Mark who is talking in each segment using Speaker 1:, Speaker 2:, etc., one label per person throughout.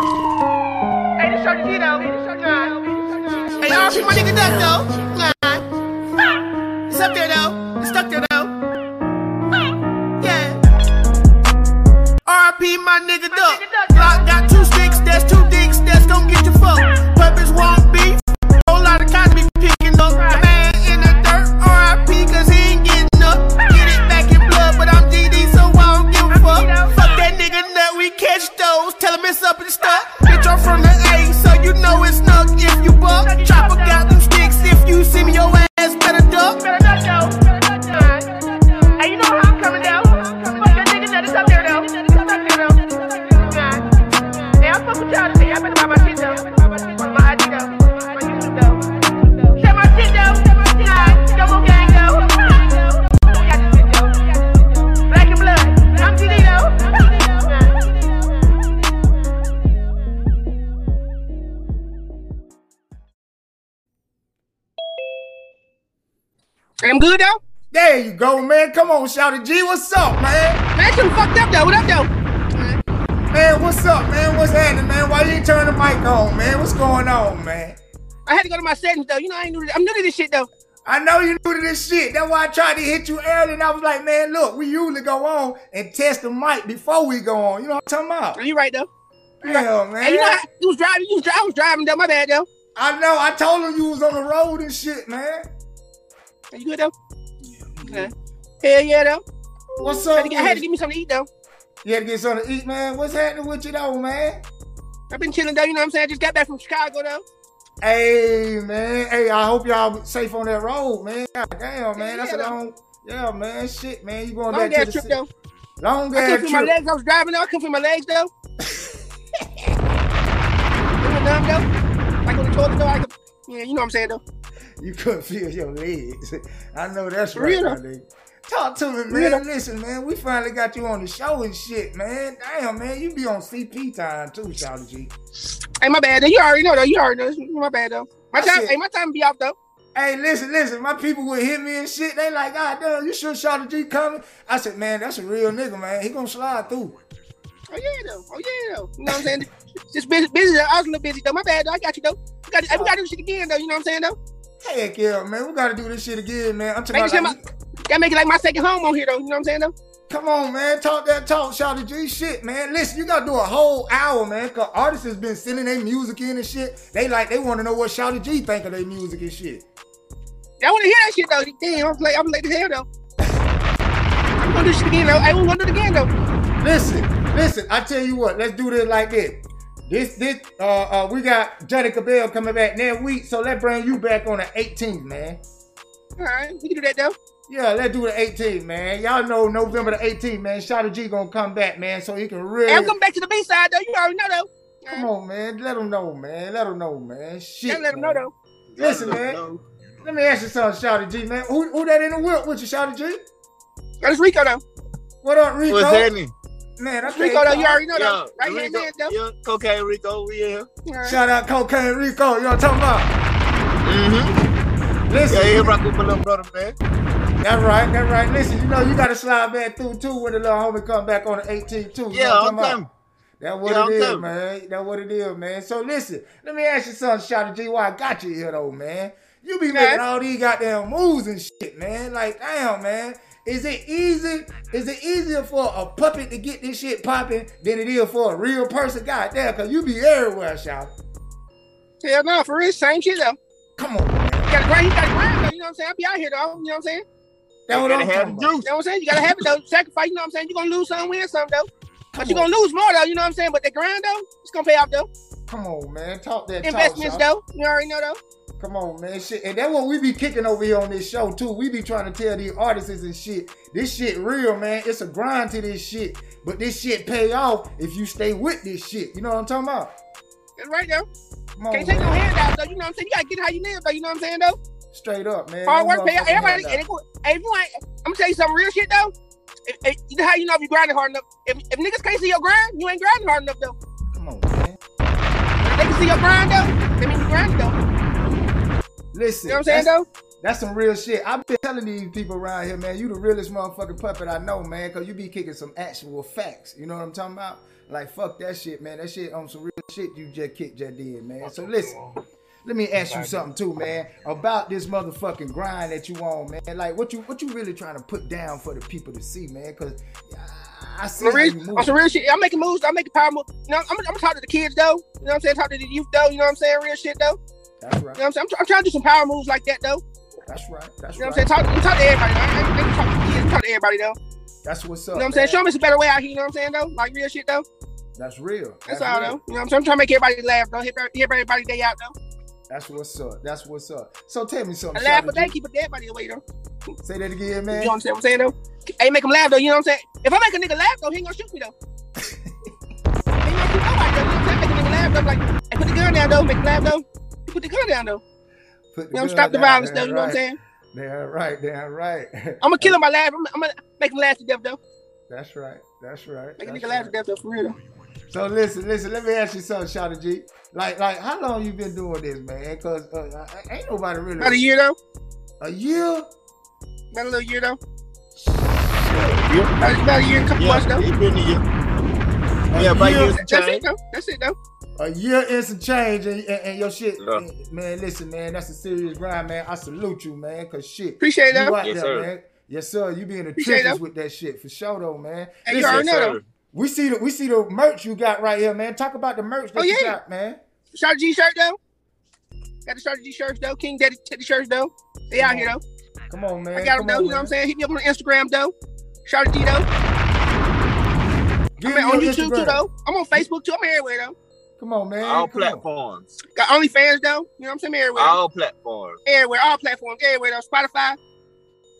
Speaker 1: Hey, this your Tito. Hey, y'all, shoot my nigga duck, though. Nah. It's up there, though. It's stuck there, though. Yeah. RP my nigga duck. Glock got two sticks, that's two dicks, that's gonna get you fucked. Purpose won't beef. Whole lot of cops be picking up. The man in the dirt, RIP, cause he ain't getting up. Get it back in blood, but I'm GD, so I don't give a fuck. Fuck that nigga nut, we catch those. Tell him it's up and stuck. Bitch, I'm from the A, so you know it's nuck if you buck. Chopper got them sticks, if you see me, your ass better duck.
Speaker 2: Better duck, though. Better duck, though. Hey, you know how I'm coming down. Fuck that nigga that is up there, though. It's up there, though. Yeah. Hey, I fuck with y'all today. I better buy my shit, though. On my ID, though. On YouTube, though. Share my shit, though. Share my shit, though. Double gang, though. We got this shit, though. Black and blood. I'm TD, though.
Speaker 3: I'm good though.
Speaker 1: There you go, man. Come on, Shouty G. What's up, man?
Speaker 3: Man, shouldn't fucked up though. What up though?
Speaker 1: Man, what's up, man? What's happening, man? Why you ain't turn the mic on, man? What's going on, man?
Speaker 3: I had to go to my settings though. You know I ain't new. To I'm new to this shit though.
Speaker 1: I know you new to this shit. That's why I tried to hit you early, and I was like, man, look, we usually go on and test the mic before we go on. You know what I'm talking
Speaker 3: Are you right though?
Speaker 1: about? Yeah, man.
Speaker 3: Hey, you know how, you was driving. You was driving. I was driving though. My bad though.
Speaker 1: I know. I told him you was on the road and shit, man.
Speaker 3: Are you good though? Okay. Hell yeah though.
Speaker 1: What's
Speaker 3: I
Speaker 1: up?
Speaker 3: had, to get, I had to
Speaker 1: with
Speaker 3: give me something to eat though.
Speaker 1: it? you had to get something to eat, man. What's happening with you though, man?
Speaker 3: I've been chilling though. You know what I'm saying? I just got back from Chicago though.
Speaker 1: Hey, man. Hey, I hope y'all safe on that road, man. God damn, man. That's a
Speaker 3: Yeah, though.
Speaker 1: long, yeah, man. Shit, man. You going
Speaker 3: Long
Speaker 1: back to
Speaker 3: ass
Speaker 1: the
Speaker 3: trip
Speaker 1: city.
Speaker 3: though.
Speaker 1: Long
Speaker 3: I
Speaker 1: ass
Speaker 3: couldn't feel my
Speaker 1: trip.
Speaker 3: legs. I was driving though. I couldn't feel my legs though. it was numb though. Like on the toilet though. I could, yeah, you know what I'm saying though.
Speaker 1: You couldn't feel your legs. I know that's
Speaker 3: For
Speaker 1: right,
Speaker 3: real.
Speaker 1: my nigga. Talk to me, man.
Speaker 3: Real.
Speaker 1: Listen, man. We finally got you on the show and shit, man. Damn, man. You be on CP time too, Charlie G.
Speaker 3: Hey, my bad though. You already know though. You already know. It's My bad though. My
Speaker 1: I
Speaker 3: time.
Speaker 1: said-
Speaker 3: Hey, my time be off though.
Speaker 1: Hey, listen, listen. My people would hit me and shit. They like, God damn, you sure Charlie G coming? I said, man, that's a real nigga, man. He gonna slide through.
Speaker 3: Oh yeah though. Oh yeah though. You know what I'm saying? Just busy, busy. Though. I was a little busy though. My bad though. I got you though. We got, we got to do shit again though. You know what I'm saying though?
Speaker 1: Heck yeah, man. We gotta do this shit again, man. I'm talking
Speaker 3: Make sure
Speaker 1: about.
Speaker 3: my, gotta make it like my second home on here though. You know what I'm saying though?
Speaker 1: Come on, man. Talk that talk, Shawty G. Shit, man. Listen, you gotta do a whole hour, man. Cause artists has been sending their music in and shit. They like they wanna know what Shawty G think of their music and shit.
Speaker 3: I want to hear that shit though. Damn, I'm like, I'm late as hell though. I'm gonna do shit again though. Hey, we gonna do it again though.
Speaker 1: Listen, listen, I tell you what, let's do this like this. This this uh uh we got Jenica Bell coming back next week, so let's bring you back on the 18th, man.
Speaker 3: All right, we can do that though.
Speaker 1: Yeah, let's do the 18th, man. Y'all know November the 18th, man. Shawty G gonna come back, man, so he can really
Speaker 3: Hey, I'm coming back to the B side though. You already know though. All
Speaker 1: Come
Speaker 3: right,
Speaker 1: on, man. Let them know, man. Let them know, man. Shit.
Speaker 3: gotta let them know
Speaker 1: man.
Speaker 3: though.
Speaker 1: Listen, man. Let me ask you something, Shouty G, man. Who, who that in the whip with you, Shouty G?
Speaker 3: Yo, this Rico though.
Speaker 1: What up, Rico?
Speaker 4: What's happening?
Speaker 1: Man, I
Speaker 3: This
Speaker 1: can't
Speaker 3: Rico though. You already know
Speaker 4: Yeah,
Speaker 3: though. Right hand
Speaker 4: Rico,
Speaker 3: man though.
Speaker 4: yeah, cocaine Rico, we in here.
Speaker 3: All right.
Speaker 1: Shout out Cocaine Rico. You know what I'm talking about?
Speaker 4: Mm-hmm.
Speaker 1: Listen,
Speaker 4: Yeah, he rock with my little brother, man.
Speaker 1: that's right, that's right. Listen, you know you gotta slide back through too when the little homie come back on the 18th too. You know
Speaker 4: Yeah,
Speaker 1: what
Speaker 4: I'm
Speaker 1: about?
Speaker 4: coming.
Speaker 1: That what
Speaker 4: Yeah,
Speaker 1: it
Speaker 4: I'm
Speaker 1: is,
Speaker 4: coming.
Speaker 1: man. That what it is, man. So listen, let me ask you something, Shouty G. Why I got you here though, man? You be
Speaker 3: Okay.
Speaker 1: making all these goddamn moves and shit, man. Like, damn, man. Is it easy? Is it easier for a puppet to get this shit popping than it is for a real person? God damn, cause you be everywhere, Shouty.
Speaker 3: Hell no, for real, same shit though.
Speaker 1: Come on, man.
Speaker 3: You gotta grind, you gotta grind though. You know what I'm saying? I'll be out here though. You know what I'm saying?
Speaker 1: That's what
Speaker 4: Gotta
Speaker 1: I'm
Speaker 4: have
Speaker 1: talking
Speaker 4: the
Speaker 1: about.
Speaker 3: You
Speaker 4: juice.
Speaker 3: know what I'm saying? You gotta have it though. Sacrifice, you know what I'm saying? You're gonna lose some, win some though. But you're gonna lose more though, you know what I'm saying? But the grind though, it's gonna pay off though.
Speaker 1: Come on, man. Talk that
Speaker 3: Investments
Speaker 1: talk, Shouty.
Speaker 3: though, you already know though.
Speaker 1: Come on, man. Shit. And that's what we be kicking over here on this show, too. We be trying to tell these artists and shit, this shit real, man. It's a grind to this shit. But this shit pay off if you stay with this shit. You know what I'm talking about?
Speaker 3: That's right though.
Speaker 1: Come on,
Speaker 3: Can't take no
Speaker 1: man.
Speaker 3: handouts though, you know what I'm saying? You gotta get how you live though, you know what I'm saying though?
Speaker 1: Straight up, man.
Speaker 3: Hard
Speaker 1: No
Speaker 3: work pay off.
Speaker 1: motherfucking
Speaker 3: Everybody, and
Speaker 1: handout.
Speaker 3: it, go- hey, if you ain't, I'm gonna tell you some real shit though. If, if, you know how you know if you grinding hard enough? If, if niggas can't see your grind, you ain't grinding hard enough though.
Speaker 1: Come on, man.
Speaker 3: If they can see your grind though, they mean you grind though.
Speaker 1: Listen.
Speaker 3: You know what I'm saying
Speaker 1: that's-
Speaker 3: though?
Speaker 1: That's some real shit. I've been telling these people around here, man, you the realest motherfucking puppet I know, man, because you be kicking some actual facts. You know what I'm talking about? Like, fuck that shit, man. That shit on some real shit you just kicked just did, man. So listen, let me ask you something too, man, about this motherfucking grind that you on, man. Like, what you what you really trying to put down for the people to see, man? Because I see how you
Speaker 3: I'm some
Speaker 1: move.
Speaker 3: real shit. I'm making moves. I'm making power moves. You know, I'm, I'm gonna talk to the kids though. You know what I'm saying? Talk to the youth though. You know what I'm saying? Real shit though.
Speaker 1: That's
Speaker 3: You know
Speaker 1: right.
Speaker 3: what I'm saying? I'm, try- I'm trying to do some power moves like that though.
Speaker 1: That's right. That's
Speaker 3: You know what I'm
Speaker 1: right.
Speaker 3: saying? Talk, you talk to everybody. Though. I ain't- I ain't talk to the kids. Talk to everybody though.
Speaker 1: That's what's
Speaker 3: You
Speaker 1: up.
Speaker 3: know what I'm saying?
Speaker 1: man.
Speaker 3: Show me some better way out here. You know what I'm saying though? Like real shit though.
Speaker 1: That's real.
Speaker 3: That's, all though. You
Speaker 1: real.
Speaker 3: know what I'm saying? I'm trying to make everybody laugh though. Hip hip everybody day out though.
Speaker 1: That's what's up. That's what's up. So tell me something.
Speaker 3: I laugh, but
Speaker 1: Shawty
Speaker 3: they
Speaker 1: G.
Speaker 3: keep a dead body away though.
Speaker 1: Say that again, man.
Speaker 3: You know what I'm saying? What I'm saying though, I ain't make him laugh though. You know what I'm saying? If I make a nigga laugh though, he ain't gonna shoot me though. he ain't gonna shoot nobody though. You know what I'm saying? Make a nigga laugh though. I'm like, hey, put the gun down though. Make him laugh though. You put the gun down though.
Speaker 1: Put
Speaker 3: You know,
Speaker 1: gun
Speaker 3: stop the
Speaker 1: down.
Speaker 3: violence though.
Speaker 1: Damn
Speaker 3: You know what I'm
Speaker 1: right.
Speaker 3: saying?
Speaker 1: Damn right. Damn right.
Speaker 3: I'm gonna kill him by laughing. I'm, I'm gonna make him laugh to death though.
Speaker 1: That's right. That's right.
Speaker 3: Make a
Speaker 1: That's
Speaker 3: nigga laugh to
Speaker 1: right.
Speaker 3: death though, for real. Though.
Speaker 1: So listen, listen. Let me ask you something, Shawty G. Like, like, how long you been doing this, man? Because uh, I- I- ain't nobody really
Speaker 3: About a year though.
Speaker 1: A year?
Speaker 3: About a little year though.
Speaker 5: Yeah,
Speaker 3: About, about a year and a couple months
Speaker 5: yeah,
Speaker 3: though.
Speaker 5: he been here. Yeah, about
Speaker 1: year.
Speaker 5: years and
Speaker 3: That's it
Speaker 5: change.
Speaker 3: though. That's it though.
Speaker 1: A year and some change, and, and, and your shit,
Speaker 5: Yeah.
Speaker 1: man. Listen, man, that's a serious grind, man. I salute you, man. Cause shit,
Speaker 3: Appreciate it
Speaker 1: You
Speaker 3: though.
Speaker 1: out
Speaker 5: Yes,
Speaker 1: there,
Speaker 5: sir.
Speaker 1: man. Yes, sir. You be in the
Speaker 3: Appreciate
Speaker 1: trenches
Speaker 3: that.
Speaker 1: with that shit for sure, though, man.
Speaker 3: Hey, you
Speaker 1: Listen,
Speaker 3: already know though.
Speaker 1: we see the we see the merch you got right here, man. Talk about the merch that
Speaker 3: Oh,
Speaker 1: you
Speaker 3: yeah.
Speaker 1: got, man.
Speaker 3: Shot G shirt though. Got the Shot G shirts though. King Daddy Teddy shirts though. They out here though.
Speaker 1: Come on, man.
Speaker 3: I got them
Speaker 1: Come
Speaker 3: though.
Speaker 1: on,
Speaker 3: You know what I'm
Speaker 1: man.
Speaker 3: saying? Hit me up on Instagram though. Shot G though.
Speaker 1: Give
Speaker 3: I'm at-
Speaker 1: me
Speaker 3: on
Speaker 1: your
Speaker 3: YouTube
Speaker 1: Instagram.
Speaker 3: too though. I'm on Facebook too. I'm everywhere though.
Speaker 1: Come on, man.
Speaker 5: All
Speaker 1: Come on.
Speaker 5: platforms.
Speaker 3: Got OnlyFans though. You know what I'm saying? I'm everywhere.
Speaker 5: All platforms.
Speaker 3: Everywhere. All platforms. Everywhere though. Spotify.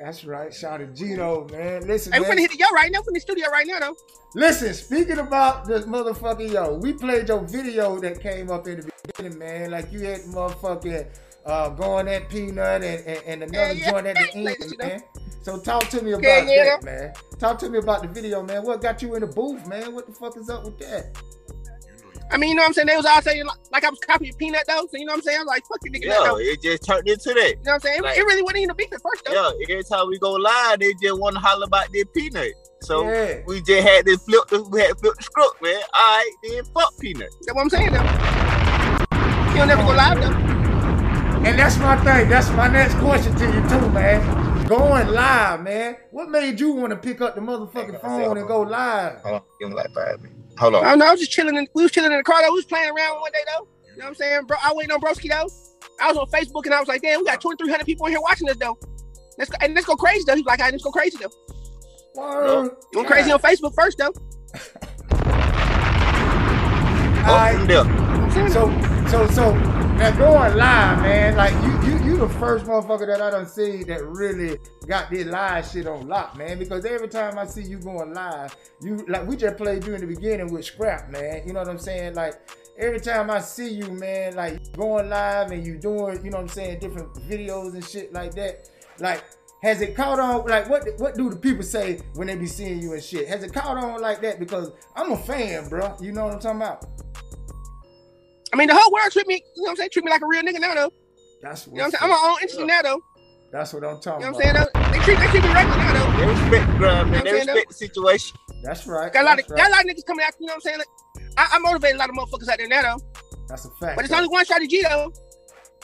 Speaker 1: That's right, shout out Gino, man. Listen,
Speaker 3: Hey, we're
Speaker 1: man.
Speaker 3: finna hit the yo right now. We're in the studio right now though.
Speaker 1: Listen, speaking about this motherfucking yo, we played your video that came up in the beginning, man. Like you had motherfucking uh, going at peanut and, and, and
Speaker 3: Yeah,
Speaker 1: another
Speaker 3: yeah.
Speaker 1: joint at the
Speaker 3: Played
Speaker 1: end,
Speaker 3: it, you know.
Speaker 1: man. So talk to me about
Speaker 3: Yeah, yeah.
Speaker 1: that, man. Talk to me about the video, man. What got you in the booth, man? What the fuck is up with that?
Speaker 3: I mean, you know what I'm saying? They was all saying like, like I was copying Peanut though. So you know what I'm saying? I was like, fuck you nigga nut,
Speaker 5: Yeah,
Speaker 3: though. You
Speaker 5: it just turned into that.
Speaker 3: know what I'm saying? It-
Speaker 5: Like-
Speaker 3: it really wasn't even a beef at first though.
Speaker 5: Yeah, every time we go live, they just want to holler about their peanut. So
Speaker 1: yeah,
Speaker 5: we just had to flip the we had to flip the script, man. All right, then fuck peanut.
Speaker 3: That's what I'm saying though. He'll never go live though.
Speaker 1: and that's my thing. That's my next question to you too, man. Going live, man. What made you want to pick up the motherfucking phone and go live?
Speaker 5: Hold on, give him like five minutes. Hold
Speaker 3: I don't know. I was just chilling. In, we was chilling in the car though. We was playing around one day though. You know what I'm saying? Bro, I waiting on Broski though. I was on Facebook and I was like, damn, we got 2,300 people in here watching us though. Let's go, and let's go crazy though. He's like, all right, let's go crazy though.
Speaker 1: Word.
Speaker 3: Going crazy on Facebook first though.
Speaker 1: All right.
Speaker 5: there.
Speaker 3: You know what I'm saying?
Speaker 1: So, so, so, now going live, man. Like you, you, you the first motherfucker that I done seen that really got this live shit on lock, man. Because every time I see you going live, you like we just played you in the beginning with scrap, man. You know what I'm saying? Like every time I see you, man, like going live and you doing, you know what I'm saying, different videos and shit like that. Like, has it caught on? Like, what what do the people say when they be seeing you and shit? Has it caught on like that? Because I'm a fan, bro. You know what I'm talking about?
Speaker 3: I mean, the whole world treat me, you know what I'm saying? Treat me like a real nigga now though.
Speaker 1: That's what
Speaker 3: You know what I'm saying? I'm on Instagram now though.
Speaker 1: That's what I'm
Speaker 3: You
Speaker 1: talking
Speaker 3: know what I'm saying?
Speaker 1: about.
Speaker 3: Though? They treat they treat me regular now though.
Speaker 5: They respect the grind, man. They
Speaker 3: You know what I'm saying,
Speaker 5: respect the situation.
Speaker 1: That's right.
Speaker 3: Got a lot of
Speaker 1: That's,
Speaker 3: got
Speaker 1: right.
Speaker 3: a lot of niggas coming after. You know what I'm saying? Like, I, I motivate a lot of motherfuckers out there now though.
Speaker 1: That's a fact.
Speaker 3: But it's
Speaker 1: though.
Speaker 3: only one shot at G though.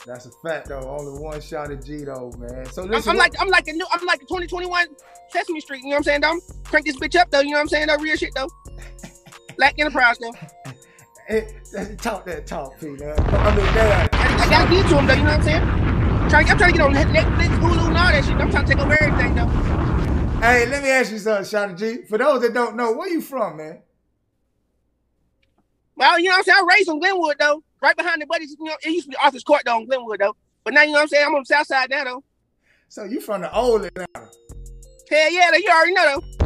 Speaker 1: That's a fact though. Only one shot at G though, man. So
Speaker 3: I'm,
Speaker 1: listen.
Speaker 3: I'm like I'm like a new I'm like a 2021 Sesame Street. You know what I'm saying? Though? Crank this bitch up though. You know what I'm saying? Though real shit though. Black Enterprise though.
Speaker 1: eh, talk that talk, Peter. I mean, that.
Speaker 3: I, I gotta get to him though. You know what I'm saying? Trying, I'm trying to get on Netflix, Hulu, and all that shit. I'm trying to take over everything though.
Speaker 1: Hey, let me ask you something, Shot G. For those that don't know, where you from, man?
Speaker 3: Well, you know what I'm saying? I raised on Glenwood though, right behind the buddies. You know, it used to be Arthur's Court though, in Glenwood though. But now you know what I'm saying? I'm on the South Side now though.
Speaker 1: So you from the old Atlanta.
Speaker 3: Hell yeah, though, you already know though.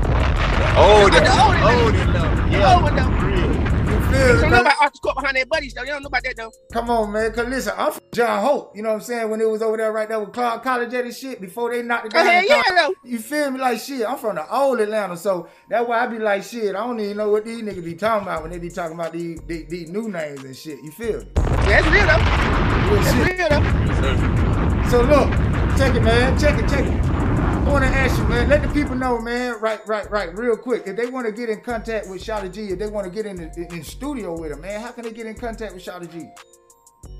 Speaker 5: Oh,
Speaker 3: the old
Speaker 5: that,
Speaker 3: and
Speaker 5: oh, that love.
Speaker 3: Yeah.
Speaker 5: Yeah,
Speaker 3: Over though.
Speaker 5: real.
Speaker 1: You feel
Speaker 3: You
Speaker 1: me?
Speaker 3: don't know about Arthur's Court behind their buddies though. You don't know about that though.
Speaker 1: Come on, man. Cause listen, I'm from John Hope. You know what I'm saying? When it was over there right there with Clark College and shit, before they knocked it
Speaker 3: Oh
Speaker 1: down.
Speaker 3: hell
Speaker 1: and
Speaker 3: yeah
Speaker 1: Clark-
Speaker 3: though.
Speaker 1: You feel me? Like shit, I'm from the old Atlanta, so that's why I be like shit. I don't even know what these niggas be talking about when they be talking about these these, these new names and shit. You feel me?
Speaker 3: That's real though.
Speaker 1: Real
Speaker 3: That's
Speaker 1: shit.
Speaker 3: real though.
Speaker 5: Yes, sir.
Speaker 1: So look, Check it, man. Check it, check it. I want to ask you, man. Let the people know, man. Right, right, right. Real quick, if they want to get in contact with Shotty G, if they want to get in the, in the studio with him, man, how can they get in contact with Shotty G?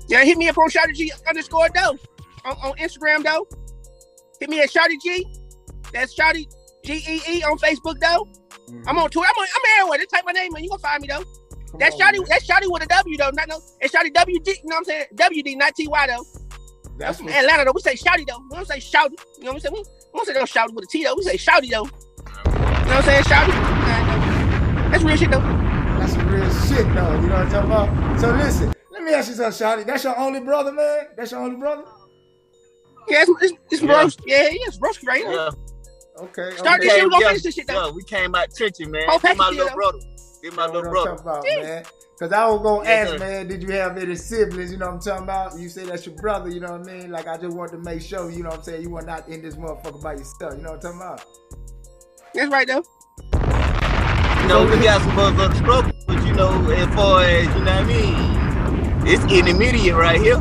Speaker 3: Yeah, hit me up on Shotty G underscore though. On, on Instagram though. Hit me at Shotty G. That's Shotty G E E on Facebook though. I'm on Twitter. I'm, on, I'm everywhere. Just type my name in. You gonna find me though.
Speaker 1: Come
Speaker 3: That's
Speaker 1: on,
Speaker 3: Shotty.
Speaker 1: Oh, man.
Speaker 3: That's Shotty with a W though. Not no. It's Shotty W D. You know what I'm saying? W D, not T Y though.
Speaker 1: That's
Speaker 3: From
Speaker 1: what.
Speaker 3: Atlanta though. We say Shotty though. We don't say Shouty. You know what I'm saying? We, we don't say no Shouty with a T though. We say Shotty though. You know what I'm saying? Shotty. Nah, though. That's real shit though.
Speaker 1: That's some real shit, though. You know what I'm talking about? So listen, let me ask you something, Shotty. That's your only brother, man. That's your only brother.
Speaker 3: Yeah, it's, it's, it's
Speaker 5: Yeah.
Speaker 3: Bros. Yeah, yeah, it's Broski right here.
Speaker 5: Yeah,
Speaker 1: Okay.
Speaker 3: Start this
Speaker 1: okay.
Speaker 3: shit.
Speaker 5: yeah,
Speaker 3: We gonna
Speaker 5: yeah.
Speaker 3: finish this shit though.
Speaker 5: yeah, we came out churching, man.
Speaker 3: Whole
Speaker 5: This my
Speaker 3: package
Speaker 5: little
Speaker 3: deal.
Speaker 5: brother. This my
Speaker 1: That's what
Speaker 5: little
Speaker 1: I'm
Speaker 5: brother.
Speaker 1: talking about,
Speaker 3: Jeez.
Speaker 1: man. Cause I was gonna
Speaker 5: Yes,
Speaker 1: ask,
Speaker 5: sir.
Speaker 1: man, did you have any siblings? You know what I'm talking about? You say that's your brother. You know what I mean? Like I just wanted to make sure, you know what I'm saying, you were not in this motherfucker by yourself. You know what I'm talking about?
Speaker 3: That's right though.
Speaker 5: You know, we got some motherfucking struggle, but you know, as far as you know what I mean, it's intermediate right here.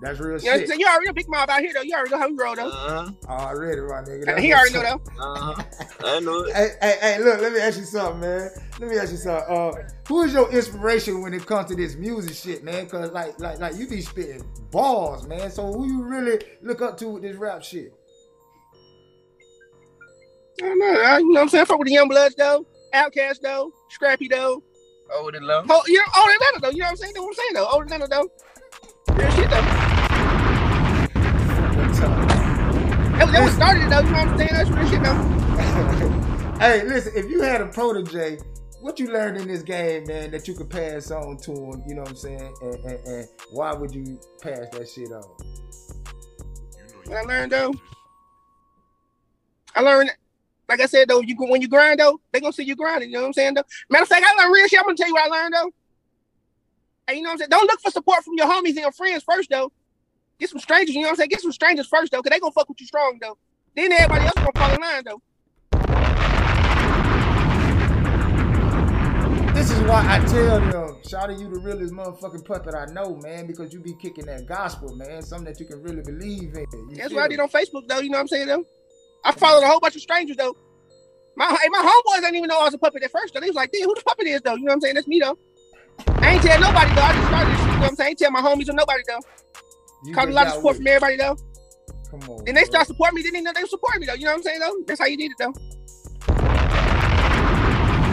Speaker 1: That's real
Speaker 3: You know what I'm
Speaker 1: shit.
Speaker 3: saying? You already know Big Mob out here though. You already know how we roll though.
Speaker 5: Uh
Speaker 1: Already, my nigga.
Speaker 3: Uh,
Speaker 1: That's
Speaker 3: he
Speaker 1: what's
Speaker 3: already
Speaker 1: up.
Speaker 3: know though.
Speaker 5: huh. Uh huh. I know it.
Speaker 1: Hey, hey, hey, look, let me ask you something, man. Let me ask you something. Uh, who is your inspiration when it comes to this music shit, man? Cause like, like, like you be spitting balls, man. So who you really look up to with this rap shit?
Speaker 3: I don't know. I, you know what I'm saying? I fuck with the Young Bloods though, Outcast though, Scrappy though.
Speaker 5: Over the low.
Speaker 3: Oh, you know, old Atlanta though. You know what I'm saying? That's what I'm saying though. Old Atlanta though. Real shit though. That, was- that was started it, though. You know what I'm saying? That's real shit though.
Speaker 1: hey, listen, if you had a protege, what you learned in this game, man, that you could pass on to him, you know what I'm saying? And, and, and why would you pass that shit on?
Speaker 3: What I learned though. I learned, like I said though, you when you grind though, they gonna see you grinding. You know what I'm saying though. Matter of fact, I learned real shit. I'm gonna tell you what I learned though. And you know what I'm saying? Don't look for support from your homies and your friends first though. Get some strangers. You know what I'm saying? Get some strangers first though, cause they gonna fuck with you strong though. Then everybody else gonna fall in line though.
Speaker 1: This is why I tell them, shout out you the realest motherfucking puppet I know, man, because you be kicking that gospel, man, something that you can really believe in. You
Speaker 3: That's
Speaker 1: feel
Speaker 3: what I
Speaker 1: me?
Speaker 3: did on Facebook though. You know what I'm saying though. I followed a whole bunch of strangers though. My hey, my homeboys didn't even know I was a puppet at first though. They was like, "Dude, who the puppet is though?" You know what I'm saying? That's me though. I ain't tell nobody though. I just started this shit. You know what I'm saying? I ain't tell my homies or nobody though.
Speaker 1: You
Speaker 3: Caught a
Speaker 1: just
Speaker 3: lot of
Speaker 1: got
Speaker 3: support
Speaker 1: with-
Speaker 3: from everybody though.
Speaker 1: Come on.
Speaker 3: Then they
Speaker 1: bro.
Speaker 3: start supporting me. They didn't know they were supporting me though. You know what I'm saying though? That's how you did it though.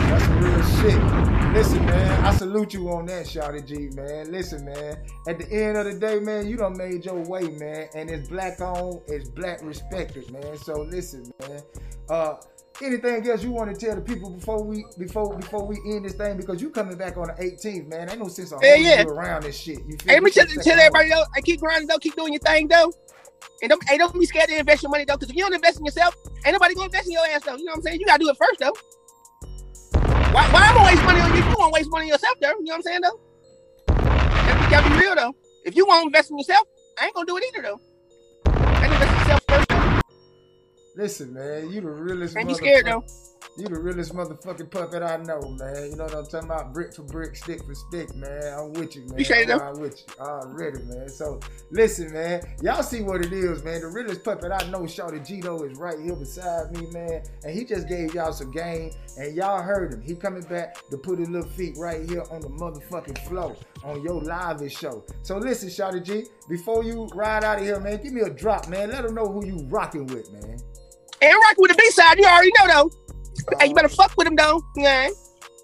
Speaker 1: That's some real shit. Listen, man, I salute you on that, Shawty G, man. Listen, man, at the end of the day, man, you done made your way, man, and it's black on, it's black respected, man. So listen, man, uh, anything else you want to tell the people before we before before we end this thing because you coming back on the 18th, man. Ain't no sense of
Speaker 3: Yeah,
Speaker 1: holding
Speaker 3: yeah.
Speaker 1: you around this shit. You feel
Speaker 3: Hey, let me
Speaker 1: You
Speaker 3: tell,
Speaker 1: can't
Speaker 3: tell
Speaker 1: take
Speaker 3: everybody though. I keep grinding though. Keep doing your thing though. And don't, hey, don't be scared to invest your money though, because if you don't invest in yourself, ain't nobody gonna invest in your ass though. You know what I'm saying? You gotta do it first though. Why, why I'm gonna waste money on you? if You won't waste money on yourself though. You know what I'm saying though? Gotta be, gotta be real though. If you won't invest in yourself, I ain't gonna do it either though. I invest in yourself first though.
Speaker 1: Listen, man, you the realest.
Speaker 3: Ain't be scared though.
Speaker 1: You the realest motherfucking puppet I know, man. You know what I'm talking about? Brick for brick, stick for stick, man. I'm with you, man.
Speaker 3: Appreciate it,
Speaker 1: I'm
Speaker 3: though.
Speaker 1: riding with you already, man. So listen, man. Y'all see what it is, man. The realest puppet I know, Shorty Gito, is right here beside me, man. And he just gave y'all some game, and y'all heard him. He coming back to put his little feet right here on the motherfucking floor on your live show. So listen, Shorty G, before you ride out of here, man, give me a drop, man. Let them know who you rocking with, man.
Speaker 3: And rock with the B side, you already know though. hey, you better fuck with them though. Yeah.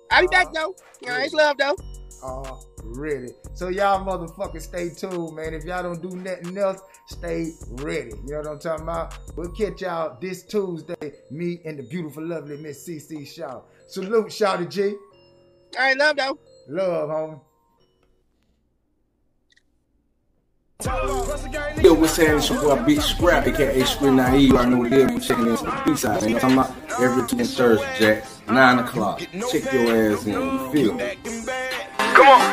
Speaker 3: I'll be back though. Yeah, it's love though.
Speaker 1: already. Oh, So y'all motherfuckers stay tuned, man. If y'all don't do nothing else, stay ready. You know what I'm talking about? We'll catch y'all this Tuesday, me and the beautiful, lovely Miss CC Shaw. Salute, Shawty G.
Speaker 3: All right, love though.
Speaker 1: Love, homie.
Speaker 6: Yo, what's happening? It's your boy Big Scrap, aka Screen Naive. I know what it is. I'm checking in from the east side. You know what I'm talking about? Every Tuesday and Thursday, Jack. 9 o'clock. Check your ass in. You feel me?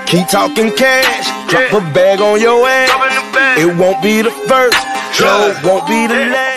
Speaker 7: Keep talking cash, drop a bag on your ass. It won't be the first, Joe won't be the last.